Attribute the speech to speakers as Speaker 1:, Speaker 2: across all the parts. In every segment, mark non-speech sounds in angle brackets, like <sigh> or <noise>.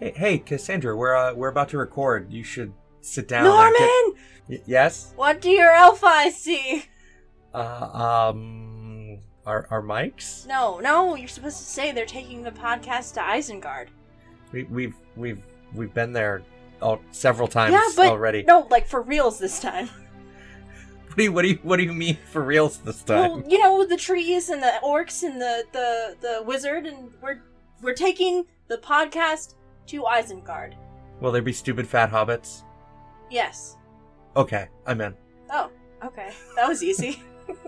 Speaker 1: Hey, hey Cassandra, we're uh, we're about to record. You should sit down.
Speaker 2: Norman,
Speaker 1: I ca- y- yes.
Speaker 2: what do your elf eyes see?
Speaker 1: Uh, um, our our mics.
Speaker 2: No, no, you're supposed to say they're taking the podcast to Isengard.
Speaker 1: We, we've we've we've been there all, several times
Speaker 2: Yeah, but
Speaker 1: already.
Speaker 2: No, like for reals this time.
Speaker 1: What do you what do you what do you mean for reals this time?
Speaker 2: Well, you know the trees and the orcs and the the the wizard, and we're we're taking the podcast to Isengard.
Speaker 1: Will there be stupid fat hobbits?
Speaker 2: Yes.
Speaker 1: Okay, I'm in.
Speaker 2: Oh, okay, that was easy. <laughs>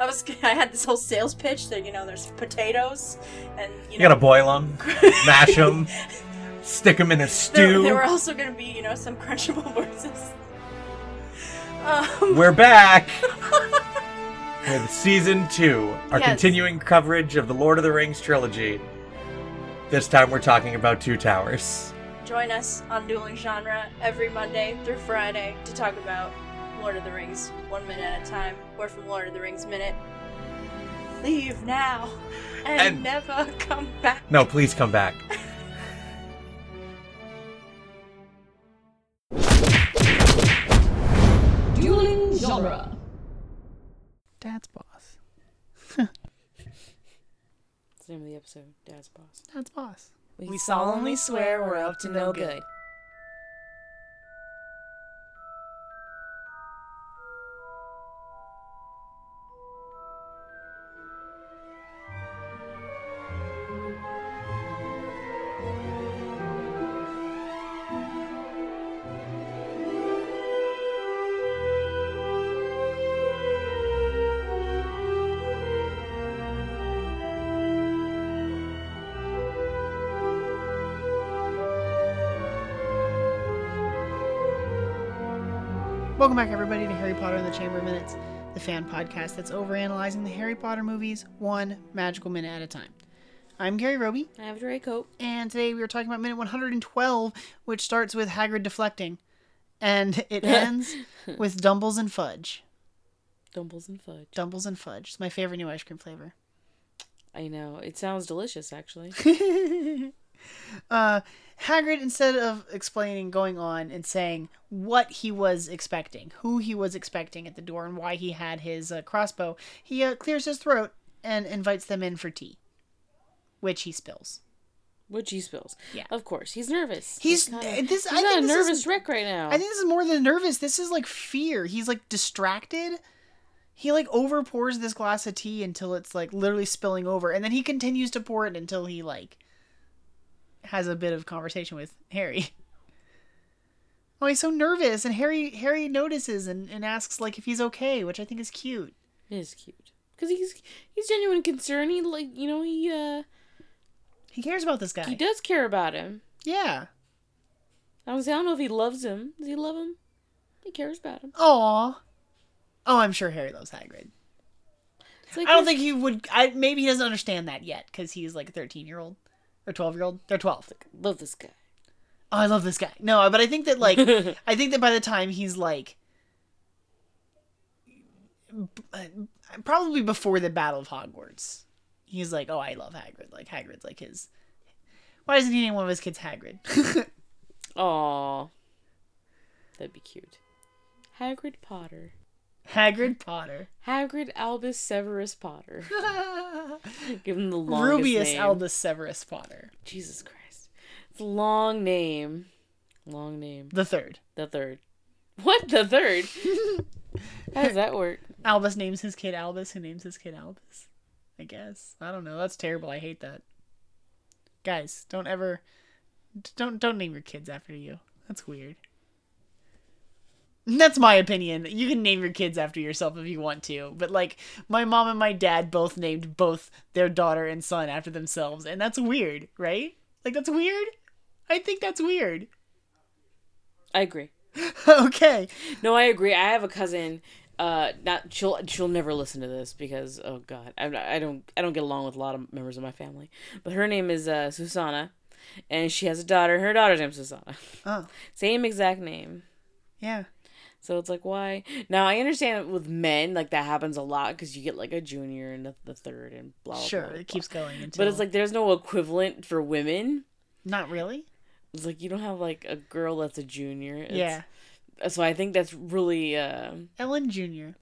Speaker 2: I was I had this whole sales pitch that you know there's potatoes and you
Speaker 1: You,
Speaker 2: know
Speaker 1: gotta boil them, mash them, stick them in a
Speaker 2: <laughs> there,
Speaker 1: stew.
Speaker 2: there were also going to be you know some crunchable <laughs> verses. Um,
Speaker 1: We're back with season two, our
Speaker 2: Yes.
Speaker 1: continuing coverage of the Lord of the Rings trilogy. This time we're talking about Two Towers.
Speaker 2: Join us on Dueling Genre every Monday through Friday to talk about Lord of the Rings one minute at a time. We're from Lord of the Rings Minute. Leave now and,
Speaker 1: And-
Speaker 2: never come back.
Speaker 1: No, please come back.
Speaker 3: Dueling genre.
Speaker 4: Dad's boss.
Speaker 5: That's the name of the episode, Dad's Boss.
Speaker 4: Dad's boss.
Speaker 5: We, solemnly swear we're up to no good.
Speaker 4: Welcome back, everybody, to Harry Potter and the Chamber of Minutes, the fan podcast that's overanalyzing the Harry Potter movies one magical minute at a time. I'm Gary Roby,
Speaker 5: I have Drake Hope.
Speaker 4: and today we are talking about minute 112, which starts with Hagrid deflecting, and it ends with Dumbles and Fudge.
Speaker 5: Dumbles and fudge.
Speaker 4: Dumbles and Fudge. It's my favorite new ice cream flavor.
Speaker 5: I know. It sounds delicious,
Speaker 4: <laughs>
Speaker 5: actually.
Speaker 4: uh, Hagrid, instead of explaining, going on and saying what he was expecting, who he was expecting at the door, and why he had his uh, crossbow, he uh, clears his throat and invites them in for tea, which he spills.
Speaker 5: What G spills.
Speaker 4: Yeah.
Speaker 5: Of course. He's nervous.
Speaker 4: He's uh,
Speaker 5: kinda-
Speaker 4: this.
Speaker 5: he's
Speaker 4: I
Speaker 5: not
Speaker 4: think
Speaker 5: a
Speaker 4: this
Speaker 5: nervous
Speaker 4: Is,
Speaker 5: wreck right now.
Speaker 4: I think this is more than nervous. This is like fear. He's like distracted. He like over pours this glass of tea until it's like literally spilling over, and then he continues to pour it until he like has a bit of conversation with Harry. <laughs> Oh, he's so nervous, and Harry Harry notices and, and asks like if he's okay, which I think is cute.
Speaker 5: it is cute. Because he's he's genuine concern. He like you know he uh
Speaker 4: He cares about this guy.
Speaker 5: he does care about him.
Speaker 4: Yeah.
Speaker 5: I don't, I don't know if he loves him. Does he love him? He cares about him.
Speaker 4: Aw. Oh, I'm sure Harry loves Hagrid.
Speaker 5: It's like
Speaker 4: I don't
Speaker 5: his-
Speaker 4: think he would. I maybe he doesn't understand that yet because he's like a 13 year old or 12 year old. They're 12.
Speaker 5: love this guy.
Speaker 4: oh, I love this guy. No, but I think
Speaker 5: <laughs>
Speaker 4: that like I think that by the time he's like b- probably before the Battle of Hogwarts, he's like, "Oh, I love Hagrid." Like Hagrid's like his Why doesn't he name one of his kids Hagrid? <laughs>
Speaker 5: Aw. That'd be cute. Hagrid Potter.
Speaker 4: Hagrid Potter.
Speaker 5: Hagrid Albus Severus
Speaker 4: <laughs>
Speaker 5: Potter. Give him the longest
Speaker 4: Rubius
Speaker 5: name.
Speaker 4: Albus Severus Potter,
Speaker 5: Jesus Christ. It's a long name. Long name.
Speaker 4: the third.
Speaker 5: The third. What? The
Speaker 4: <laughs>
Speaker 5: third? How does that work?
Speaker 4: Albus names his kid Albus, who names his kid Albus. I guess. I don't know. That's terrible. I hate that. Guys, don't ever don't don't name your kids after you. That's weird. That's my opinion. You can name your kids after yourself if you want to, but like my mom and my dad both named both their daughter and son after themselves, and that's weird, right? Like that's weird? I think that's weird. <laughs>
Speaker 5: I agree.
Speaker 4: okay.
Speaker 5: No, I agree. I have a cousin. Uh, not she'll she'll never listen to this because oh god, I'm not, I don't I don't get along with a lot of members of my family. But her name is uh, Susanna, and she has a daughter. Her daughter's name's Susanna. <laughs>
Speaker 4: Oh,
Speaker 5: Same exact name.
Speaker 4: yeah.
Speaker 5: So it's like why? Now I understand with men like that happens a lot because you get like a junior and the, the third and blah. blah,
Speaker 4: Sure,
Speaker 5: blah, blah,
Speaker 4: it keeps
Speaker 5: blah.
Speaker 4: going until
Speaker 5: But it's like there's no equivalent for women.
Speaker 4: not really.
Speaker 5: It's like you don't have like a girl that's a junior. It's,
Speaker 4: yeah,
Speaker 5: So I think that's really um
Speaker 4: Ellen Junior.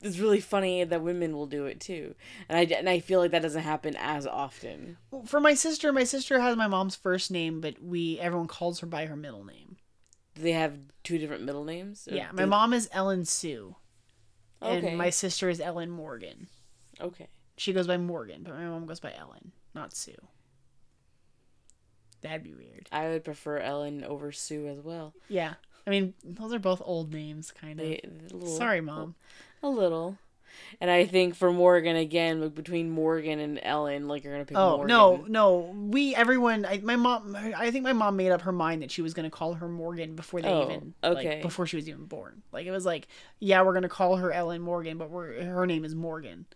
Speaker 5: it's really funny that women will do it too, and I and I feel like that doesn't happen as often.
Speaker 4: Well, for my sister, my sister has my mom's first name, but we everyone calls her by her middle name.
Speaker 5: Do They have two different middle names. Or
Speaker 4: Yeah, my
Speaker 5: do-
Speaker 4: mom is Ellen Sue, and
Speaker 5: Uh, Okay.
Speaker 4: my sister is Ellen Morgan.
Speaker 5: Okay.
Speaker 4: She goes by Morgan, but my mom goes by Ellen, not Sue. That'd be weird.
Speaker 5: I would prefer Ellen over Sue as well.
Speaker 4: Yeah, I mean those are both old names, kind of.
Speaker 5: They, a little-
Speaker 4: Mm-hmm. Sorry, mom.
Speaker 5: A little. And I think for Morgan again, like, between Morgan and Ellen, like you're gonna pick.
Speaker 4: Oh
Speaker 5: Morgan.
Speaker 4: no, no. We everyone. I, my mom. I think my mom made up her mind that she was gonna call her Morgan before they
Speaker 5: Oh,
Speaker 4: even. like,
Speaker 5: okay.
Speaker 4: before she was even born. Like it was like, yeah, we're gonna call her Ellen Morgan, but we're her name is Morgan.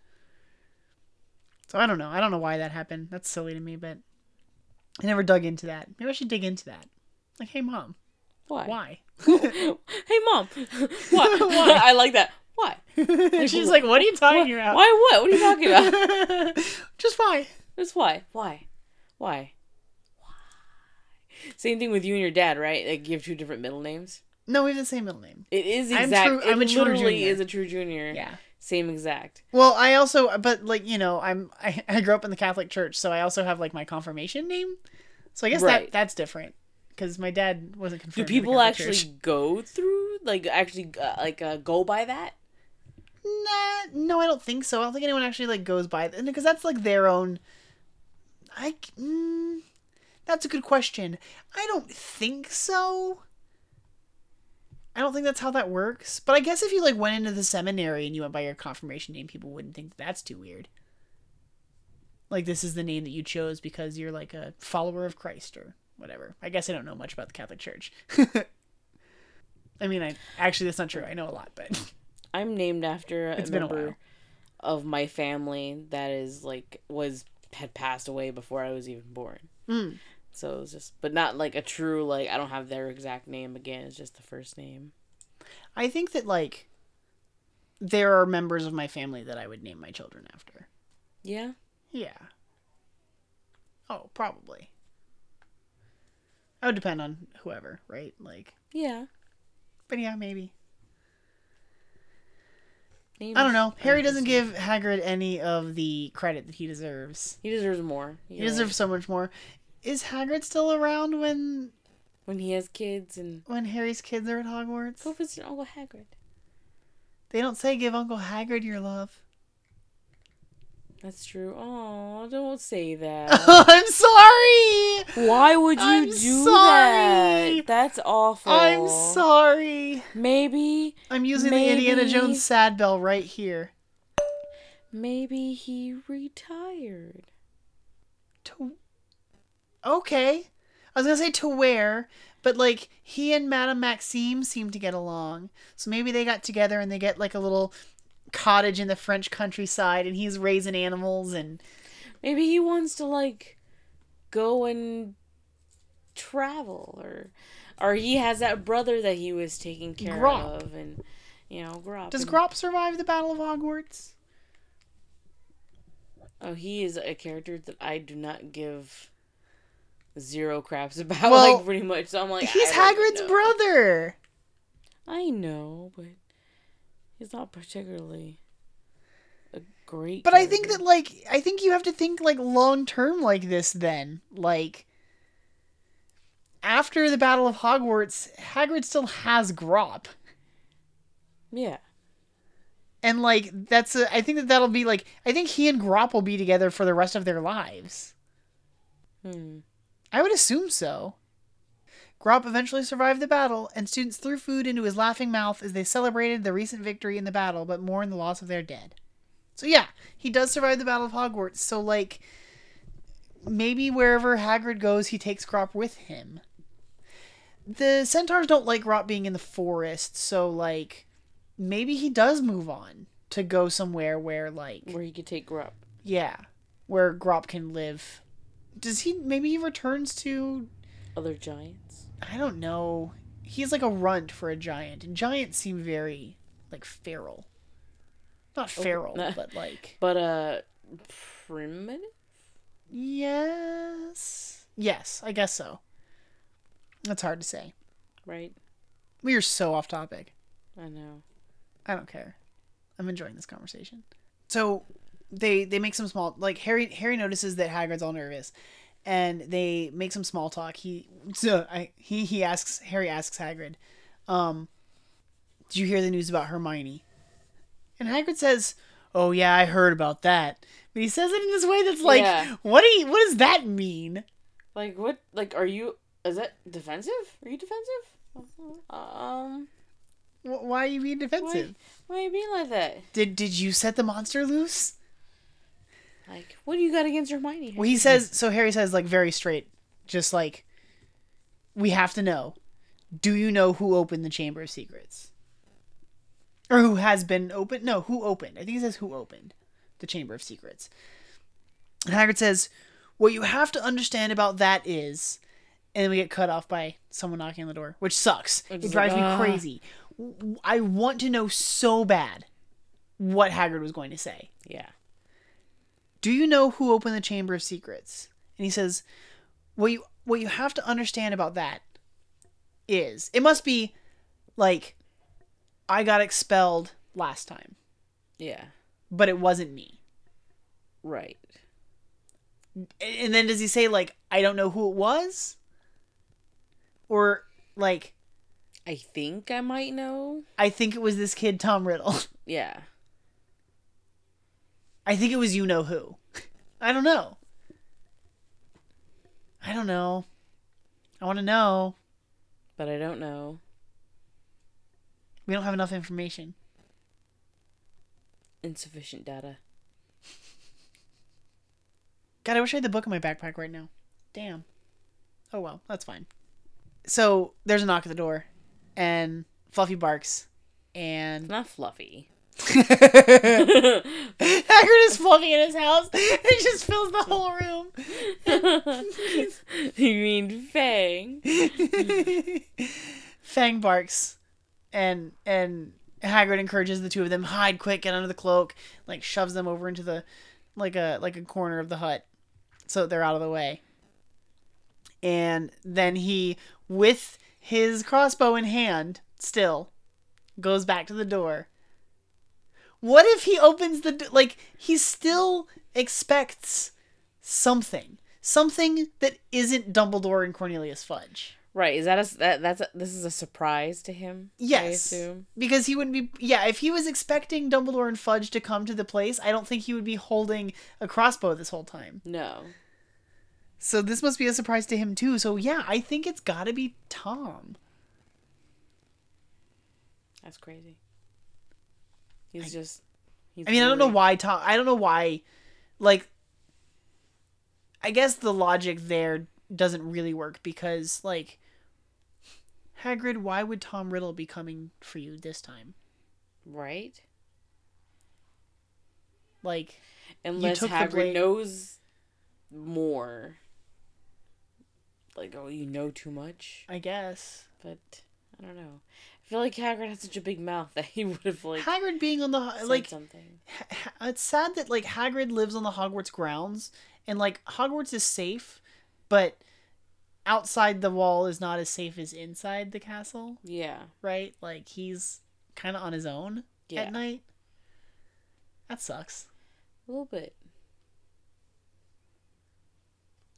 Speaker 4: So I don't know. I don't know why that happened. That's silly to me, but I never dug into that. Maybe I should dig into that. Like, hey mom,
Speaker 5: Why?
Speaker 4: why?
Speaker 5: <laughs>
Speaker 4: <laughs>
Speaker 5: hey mom, <laughs> why? <laughs> I like that. Why?
Speaker 4: And she's like, what are you talking about?
Speaker 5: Why? What? What are you talking about?
Speaker 4: <laughs> Just why?
Speaker 5: That's why. Why? Why? Why? Same thing with you and your dad, right? Like you have two different middle names.
Speaker 4: No, we have the same middle name.
Speaker 5: It is
Speaker 4: I'm
Speaker 5: exact.
Speaker 4: true- I'm
Speaker 5: it
Speaker 4: a true
Speaker 5: literally
Speaker 4: junior.
Speaker 5: is a true junior.
Speaker 4: Yeah.
Speaker 5: Same exact.
Speaker 4: Well, I also, but like you know, I'm <laughs> I, I grew up in the Catholic Church, so I also have like my confirmation name. So I guess
Speaker 5: Right.
Speaker 4: that that's different because my dad
Speaker 5: Do
Speaker 4: wasn't confirmed. in the
Speaker 5: people
Speaker 4: Catholic
Speaker 5: actually
Speaker 4: Church.
Speaker 5: go through like actually uh, like uh, go by that?
Speaker 4: Nah, no, I don't think so. I don't think anyone actually like goes by because that's like their own. I c- mm, that's a good question. I don't think so. I don't think that's how that works. But I guess if you like went into the seminary and you went by your confirmation name, people wouldn't think that's too weird. Like this is the name that you chose because you're like a follower of Christ or whatever. I guess I don't know much about the Catholic Church. <laughs> I mean, I actually that's not true. I know a lot, but <laughs>
Speaker 5: I'm named after a
Speaker 4: It's been a
Speaker 5: member
Speaker 4: while.
Speaker 5: of my family that is like was had passed away before I was even born.
Speaker 4: Mm.
Speaker 5: So it was just, but not like a true like I don't have their exact name again. It's just the first name.
Speaker 4: I think that like there are members of my family that I would name my children after.
Speaker 5: Yeah,
Speaker 4: Yeah. Oh, probably. I would depend on whoever, right? Like,
Speaker 5: yeah.
Speaker 4: but yeah, maybe.
Speaker 5: Name
Speaker 4: I don't
Speaker 5: is-
Speaker 4: know. Harry
Speaker 5: think
Speaker 4: doesn't give Hagrid any of the credit that he deserves.
Speaker 5: He deserves more.
Speaker 4: He
Speaker 5: You're right.
Speaker 4: deserves so much more. Is Hagrid still around when
Speaker 5: when he has kids and
Speaker 4: when Harry's kids are at Hogwarts?
Speaker 5: go visit your Uncle Hagrid.
Speaker 4: They don't say give Uncle Hagrid your love.
Speaker 5: That's true. Oh, don't say that.
Speaker 4: <laughs> I'm sorry.
Speaker 5: Why would you
Speaker 4: I'm
Speaker 5: do
Speaker 4: sorry.
Speaker 5: that? That's awful.
Speaker 4: I'm sorry.
Speaker 5: Maybe
Speaker 4: I'm using the Indiana
Speaker 5: Maybe-
Speaker 4: Jones sad bell right here.
Speaker 5: maybe he retired.
Speaker 4: To okay, I was gonna say to where, but like he and Madame Maxime seem to get along, so maybe they got together and they get like a little cottage in the French countryside, and he's raising animals and
Speaker 5: Maybe he wants to like go and travel or or he has that brother that he was taking care
Speaker 4: Grop.
Speaker 5: of and you know, Grop.
Speaker 4: does
Speaker 5: and-
Speaker 4: Grop survive the Battle of Hogwarts?
Speaker 5: Oh, he is a character that I do not give zero craps <laughs> about
Speaker 4: Well,
Speaker 5: like pretty much. So I'm like
Speaker 4: He's
Speaker 5: I don't
Speaker 4: Hagrid's
Speaker 5: know.
Speaker 4: brother.
Speaker 5: I know, but he's not particularly a great
Speaker 4: But I think
Speaker 5: character.
Speaker 4: that like I think you have to think like long term like this then. Like after the Battle of Hogwarts, Hagrid still has Grop.
Speaker 5: Yeah.
Speaker 4: And like that's a, I think that that'll be like I think he and Grop will be together for the rest of their lives.
Speaker 5: Hmm.
Speaker 4: I would assume so. Grop eventually survived the battle, and students threw food into his laughing mouth as they celebrated the recent victory in the battle, but mourned the loss of their dead. So yeah, he does survive the Battle of Hogwarts. So like, maybe wherever Hagrid goes, he takes Grop with him. The centaurs don't like Grop being in the forest, so like, maybe he does move on to go somewhere where like,
Speaker 5: Where he could take Grop.
Speaker 4: yeah, where Grop can live. Does he? Maybe he returns to
Speaker 5: Other giants.
Speaker 4: I don't know. He's like a runt for a giant, and giants seem very like feral. Not feral,
Speaker 5: nah.
Speaker 4: but like
Speaker 5: But uh primitive?
Speaker 4: yes, yes, I guess so. That's hard to say.
Speaker 5: right?
Speaker 4: We are so off topic.
Speaker 5: I know.
Speaker 4: I don't care. I'm enjoying this conversation. So they they make some small like Harry Harry notices that Hagrid's all nervous, and they make some small talk. He so I he he asks Harry asks Hagrid, um, did you hear the news about Hermione? And Hagrid says, "Oh yeah, I heard about that." But he says it in this way that's like,
Speaker 5: Yeah.
Speaker 4: "What do you, what does that mean?"
Speaker 5: Like what? Like are you? Is that defensive? Are you defensive? Um,
Speaker 4: Wh- Why are you being defensive?
Speaker 5: why, why you being like that?
Speaker 4: Did did you set the monster loose?
Speaker 5: Like what do you got against Hermione?
Speaker 4: Well, he says so. Harry says like very straight, just like we have to know. Do you know who opened the Chamber of Secrets, or who has been opened? No, who opened? I think he says who opened the Chamber of Secrets. And Hagrid says, "What you have to understand about that is," and then we get cut off by someone knocking on the door, which sucks. It
Speaker 5: just
Speaker 4: drives
Speaker 5: like,
Speaker 4: me
Speaker 5: ah.
Speaker 4: crazy. W- w- I want to know so bad what Hagrid was going to say.
Speaker 5: Yeah.
Speaker 4: Do you know who opened the Chamber of Secrets? And he says, What you what you have to understand about that is it must be like I got expelled last time,
Speaker 5: Yeah.
Speaker 4: but it wasn't me.
Speaker 5: Right.
Speaker 4: And and then does he say like I don't know who it was? Or like
Speaker 5: I think I might know.
Speaker 4: I think it was this kid Tom Riddle. <laughs>
Speaker 5: Yeah.
Speaker 4: I think it was you know who. <laughs> I don't know. I don't know. I want to know.
Speaker 5: But I don't know.
Speaker 4: We don't have enough information.
Speaker 5: Insufficient data.
Speaker 4: God, I wish I had the book in my backpack right now. Damn. Oh well, that's fine. So there's a knock at the door, and Fluffy barks,
Speaker 5: <laughs>
Speaker 4: and <laughs>
Speaker 5: Not fluffy.
Speaker 4: Hagrid is Fluffy in his house. It just fills the whole room.
Speaker 5: you mean Fang?
Speaker 4: Fang barks, and and Hagrid encourages the two of them hide quick, get under the cloak, like shoves them over into the like a like a corner of the hut, so they're out of the way. And then he, with his crossbow in hand, still goes back to the door. What if he opens the do- like he still expects something, something that isn't Dumbledore and Cornelius Fudge?
Speaker 5: Right? Is that a s- that that's a, this is a surprise to him? I
Speaker 4: Yes.
Speaker 5: assume.
Speaker 4: Because he wouldn't be yeah, if he was expecting Dumbledore and Fudge to come to the place, I don't think he would be holding a crossbow this whole time.
Speaker 5: No.
Speaker 4: So this must be a surprise to him too. So yeah, I think it's got to be Tom.
Speaker 5: That's crazy. He's just. He's
Speaker 4: I mean, I don't know
Speaker 5: really-
Speaker 4: why Tom I don't know why like I guess the logic there doesn't really work because like Hagrid, why would Tom Riddle be coming for you this time?
Speaker 5: Right?
Speaker 4: Like
Speaker 5: Unless
Speaker 4: took the
Speaker 5: Hagrid
Speaker 4: blade-
Speaker 5: knows more. Like, oh, you know too much.
Speaker 4: I guess
Speaker 5: But I don't know. I feel like Hagrid had such a big mouth <laughs> that he would have like
Speaker 4: Hagrid being on the
Speaker 5: said
Speaker 4: like
Speaker 5: something.
Speaker 4: Ha- it's sad that like Hagrid lives on the Hogwarts grounds and like Hogwarts is safe, but outside the wall is not as safe as inside the castle,
Speaker 5: Yeah.
Speaker 4: right? Like he's kind of on his own
Speaker 5: Yeah.
Speaker 4: at night. That sucks.
Speaker 5: A little bit.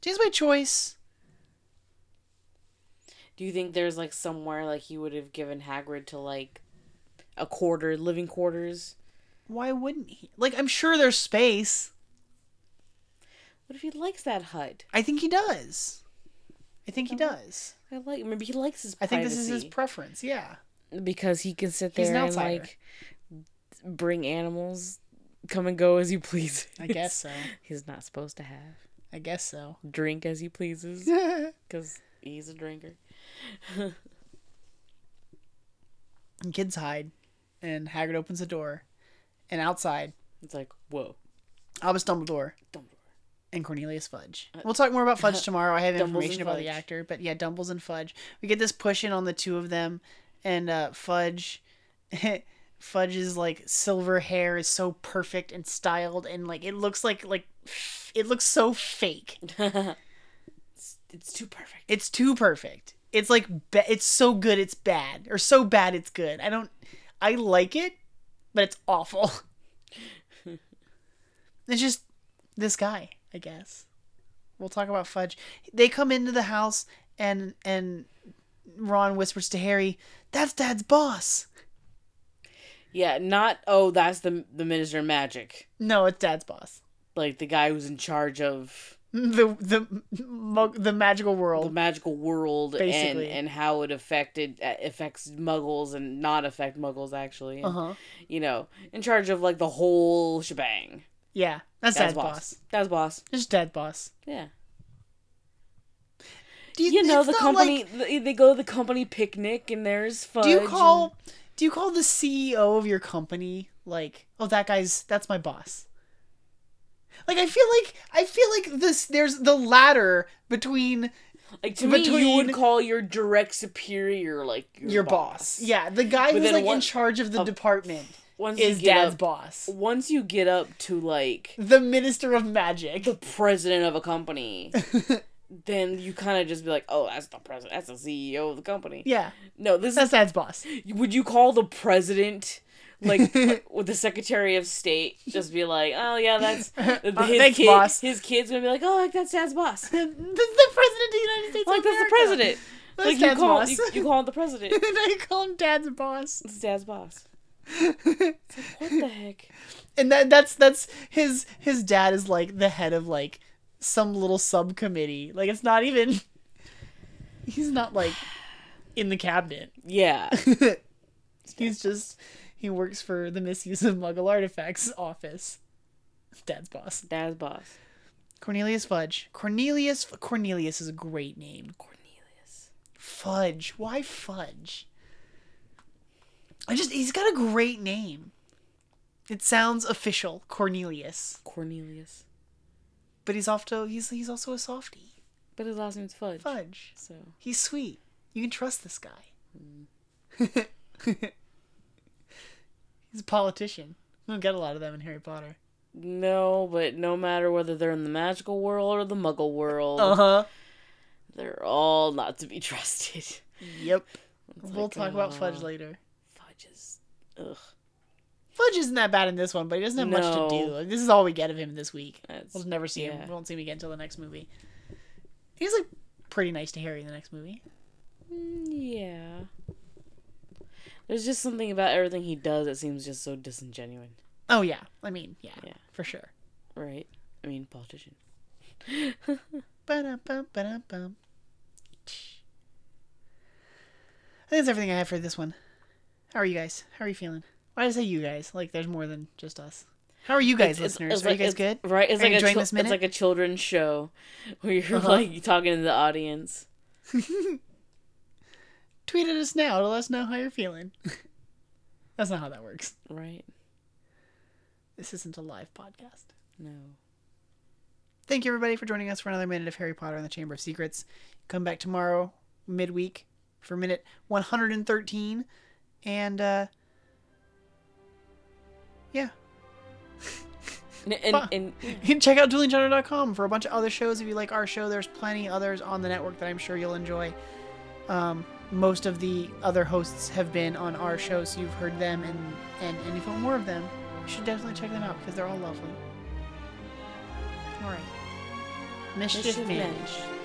Speaker 4: Just by choice.
Speaker 5: Do you think there's like somewhere like he would have given Hagrid to like a quarter living quarters?
Speaker 4: Why wouldn't he? Like I'm sure there's space.
Speaker 5: What if he likes that hut?
Speaker 4: I think he does. I think he does.
Speaker 5: I like maybe he likes his.
Speaker 4: I think this is his
Speaker 5: privacy.
Speaker 4: preference. Yeah.
Speaker 5: because he can sit
Speaker 4: He's
Speaker 5: there
Speaker 4: an
Speaker 5: and
Speaker 4: outsider.
Speaker 5: like bring animals, come and go as he pleases.
Speaker 4: I
Speaker 5: <laughs>
Speaker 4: guess so.
Speaker 5: he's not supposed to have
Speaker 4: I guess so.
Speaker 5: drink as he <laughs> pleases because he's a drinker.
Speaker 4: And kids hide, and Hagrid opens the door, and outside,
Speaker 5: It's like whoa, <laughs>
Speaker 4: Albus Dumbledore
Speaker 5: Dumbledore.
Speaker 4: and Cornelius Fudge. We'll talk more
Speaker 5: <laughs>
Speaker 4: about Fudge tomorrow. I have
Speaker 5: Uh, Dumbles
Speaker 4: information
Speaker 5: and
Speaker 4: about the
Speaker 5: Fudge.
Speaker 4: actor, but yeah, Dumbles and Fudge. We get this push in on the two of them, and uh, Fudge, <laughs> Fudge's like silver hair is so perfect and styled, and like it looks like like f- it looks so fake.
Speaker 5: It's too perfect.
Speaker 4: It's too perfect. It's like ba- it's so good it's bad or so bad it's good. I don't I like it, but it's
Speaker 5: <laughs>
Speaker 4: awful. it's just this guy, I guess. We'll talk about Fudge. They come into the house and and Ron whispers to Harry, "That's Dad's boss."
Speaker 5: Yeah, not oh, that's the the Minister of Magic,
Speaker 4: No, it's Dad's boss.
Speaker 5: like the guy who's in charge of
Speaker 4: The the mug- the magical
Speaker 5: the
Speaker 4: world.
Speaker 5: magical world and
Speaker 4: Basically.
Speaker 5: and how it affected uh, affects Muggles and not affect Muggles actually.
Speaker 4: Uh
Speaker 5: and,
Speaker 4: huh.
Speaker 5: You know, in charge of like the whole shebang.
Speaker 4: Yeah, that's,
Speaker 5: Dad's
Speaker 4: Dad's boss.
Speaker 5: boss. Dad's boss.
Speaker 4: It's Dad's boss.
Speaker 5: Yeah.
Speaker 4: Do
Speaker 5: You know
Speaker 4: it's
Speaker 5: the
Speaker 4: not
Speaker 5: company.
Speaker 4: like-
Speaker 5: they- they go to the company picnic and there's fudge.
Speaker 4: do you
Speaker 5: and-
Speaker 4: call do you call the CEO of your company like, oh that guy's that's my boss? Like I feel like I feel like this there's the ladder between
Speaker 5: like to me? You would
Speaker 4: between-
Speaker 5: call your direct superior like your,
Speaker 4: your boss.
Speaker 5: boss.
Speaker 4: Yeah, the guy
Speaker 5: But
Speaker 4: who's
Speaker 5: then
Speaker 4: like in
Speaker 5: one-
Speaker 4: charge of the department
Speaker 5: Once
Speaker 4: is
Speaker 5: you get
Speaker 4: dad's
Speaker 5: up,
Speaker 4: boss.
Speaker 5: Once you get up to like
Speaker 4: The minister of magic.
Speaker 5: the president of a
Speaker 4: <laughs>
Speaker 5: company, then you kind of just be like, oh, that's the president. That's the CEO of the company.
Speaker 4: yeah,
Speaker 5: No, this
Speaker 4: that's
Speaker 5: is.
Speaker 4: dad's boss.
Speaker 5: Would you call the president?
Speaker 4: <laughs>
Speaker 5: like with the Secretary of State, just be like, "Oh yeah,
Speaker 4: <laughs>
Speaker 5: that's his
Speaker 4: thanks,
Speaker 5: kid-
Speaker 4: Uh, boss."
Speaker 5: His kid's gonna be like, "Oh, like that's Dad's boss."
Speaker 4: The, the, the president of the United States. of
Speaker 5: like that's the
Speaker 4: America.
Speaker 5: president.
Speaker 4: That's
Speaker 5: like you
Speaker 4: dad's
Speaker 5: call
Speaker 4: boss.
Speaker 5: you, you call him the president.
Speaker 4: <laughs> and I call him dad's
Speaker 5: <laughs>
Speaker 4: boss.
Speaker 5: It's dad's boss. It's like, what the heck?
Speaker 4: and that that's that's his his dad is like the head of like some little subcommittee like it's not even <laughs> he's not like in the cabinet <laughs>
Speaker 5: Yeah,
Speaker 4: he's just he works for the misuse of muggle artifacts office dad's boss
Speaker 5: dad's boss.
Speaker 4: cornelius fudge cornelius cornelius is a great name
Speaker 5: Cornelius.
Speaker 4: fudge why fudge i just he's got a great name it sounds official cornelius
Speaker 5: Cornelius.
Speaker 4: but he's also he's he's also a softie
Speaker 5: But his last name's Fudge.
Speaker 4: Fudge.
Speaker 5: So
Speaker 4: He's sweet. You can trust this guy. <laughs> He's a politician. We don't get a lot of them in Harry Potter.
Speaker 5: no, but no matter whether they're in the magical world or the Muggle world,
Speaker 4: huh.
Speaker 5: they're all not to be <laughs> trusted.
Speaker 4: Yep. we'll
Speaker 5: like,
Speaker 4: talk about
Speaker 5: uh,
Speaker 4: Fudge later.
Speaker 5: Fudge is ugh.
Speaker 4: Fudge isn't that bad in this one, but he doesn't have much to
Speaker 5: No.
Speaker 4: do. Like, this is all we get of him this week.
Speaker 5: That's-
Speaker 4: we'll never see him.
Speaker 5: yeah.
Speaker 4: We won't see him again until the next movie. He's like pretty nice to Harry in the next movie.
Speaker 5: Yeah. There's just something about everything he does that seems just so disingenuous.
Speaker 4: Oh yeah. I mean, yeah,
Speaker 5: Yeah.
Speaker 4: for sure.
Speaker 5: Right? I mean, politician.
Speaker 4: Ba-dum-bum, ba-dum-bum. I think that's everything I have for this one. How are you guys? How are you feeling? Why did I say you guys? Like, there's more than just us. How are you guys,
Speaker 5: it's-
Speaker 4: listeners?
Speaker 5: it's
Speaker 4: are
Speaker 5: like-
Speaker 4: you guys
Speaker 5: it's-
Speaker 4: good?
Speaker 5: Right, it's
Speaker 4: Are
Speaker 5: like
Speaker 4: you
Speaker 5: a
Speaker 4: enjoying
Speaker 5: chil-
Speaker 4: this minute? Uh-huh.
Speaker 5: it's like a children's show <laughs> where you're like talking to the audience.
Speaker 4: Tweet at us now to let us know how you're feeling. <laughs> that's not how that works.
Speaker 5: Right?
Speaker 4: This isn't a live podcast.
Speaker 5: No.
Speaker 4: Thank you, everybody, for joining us for another minute of Harry Potter and the Chamber of Secrets. Come back tomorrow, midweek, for minute 113. And, uh, yeah.
Speaker 5: And and,
Speaker 4: Fuck.
Speaker 5: and
Speaker 4: <laughs> You can check out duelinggenre.com for a bunch of other shows. If you like our show, there's plenty others on the network that I'm sure you'll enjoy. Um, most of the other hosts have been on our show, so you've heard them, and, and, and if you want more of them, you should definitely check them out because they're all lovely. All right. Mischief,
Speaker 5: Mischief <laughs>
Speaker 4: managed.
Speaker 5: managed.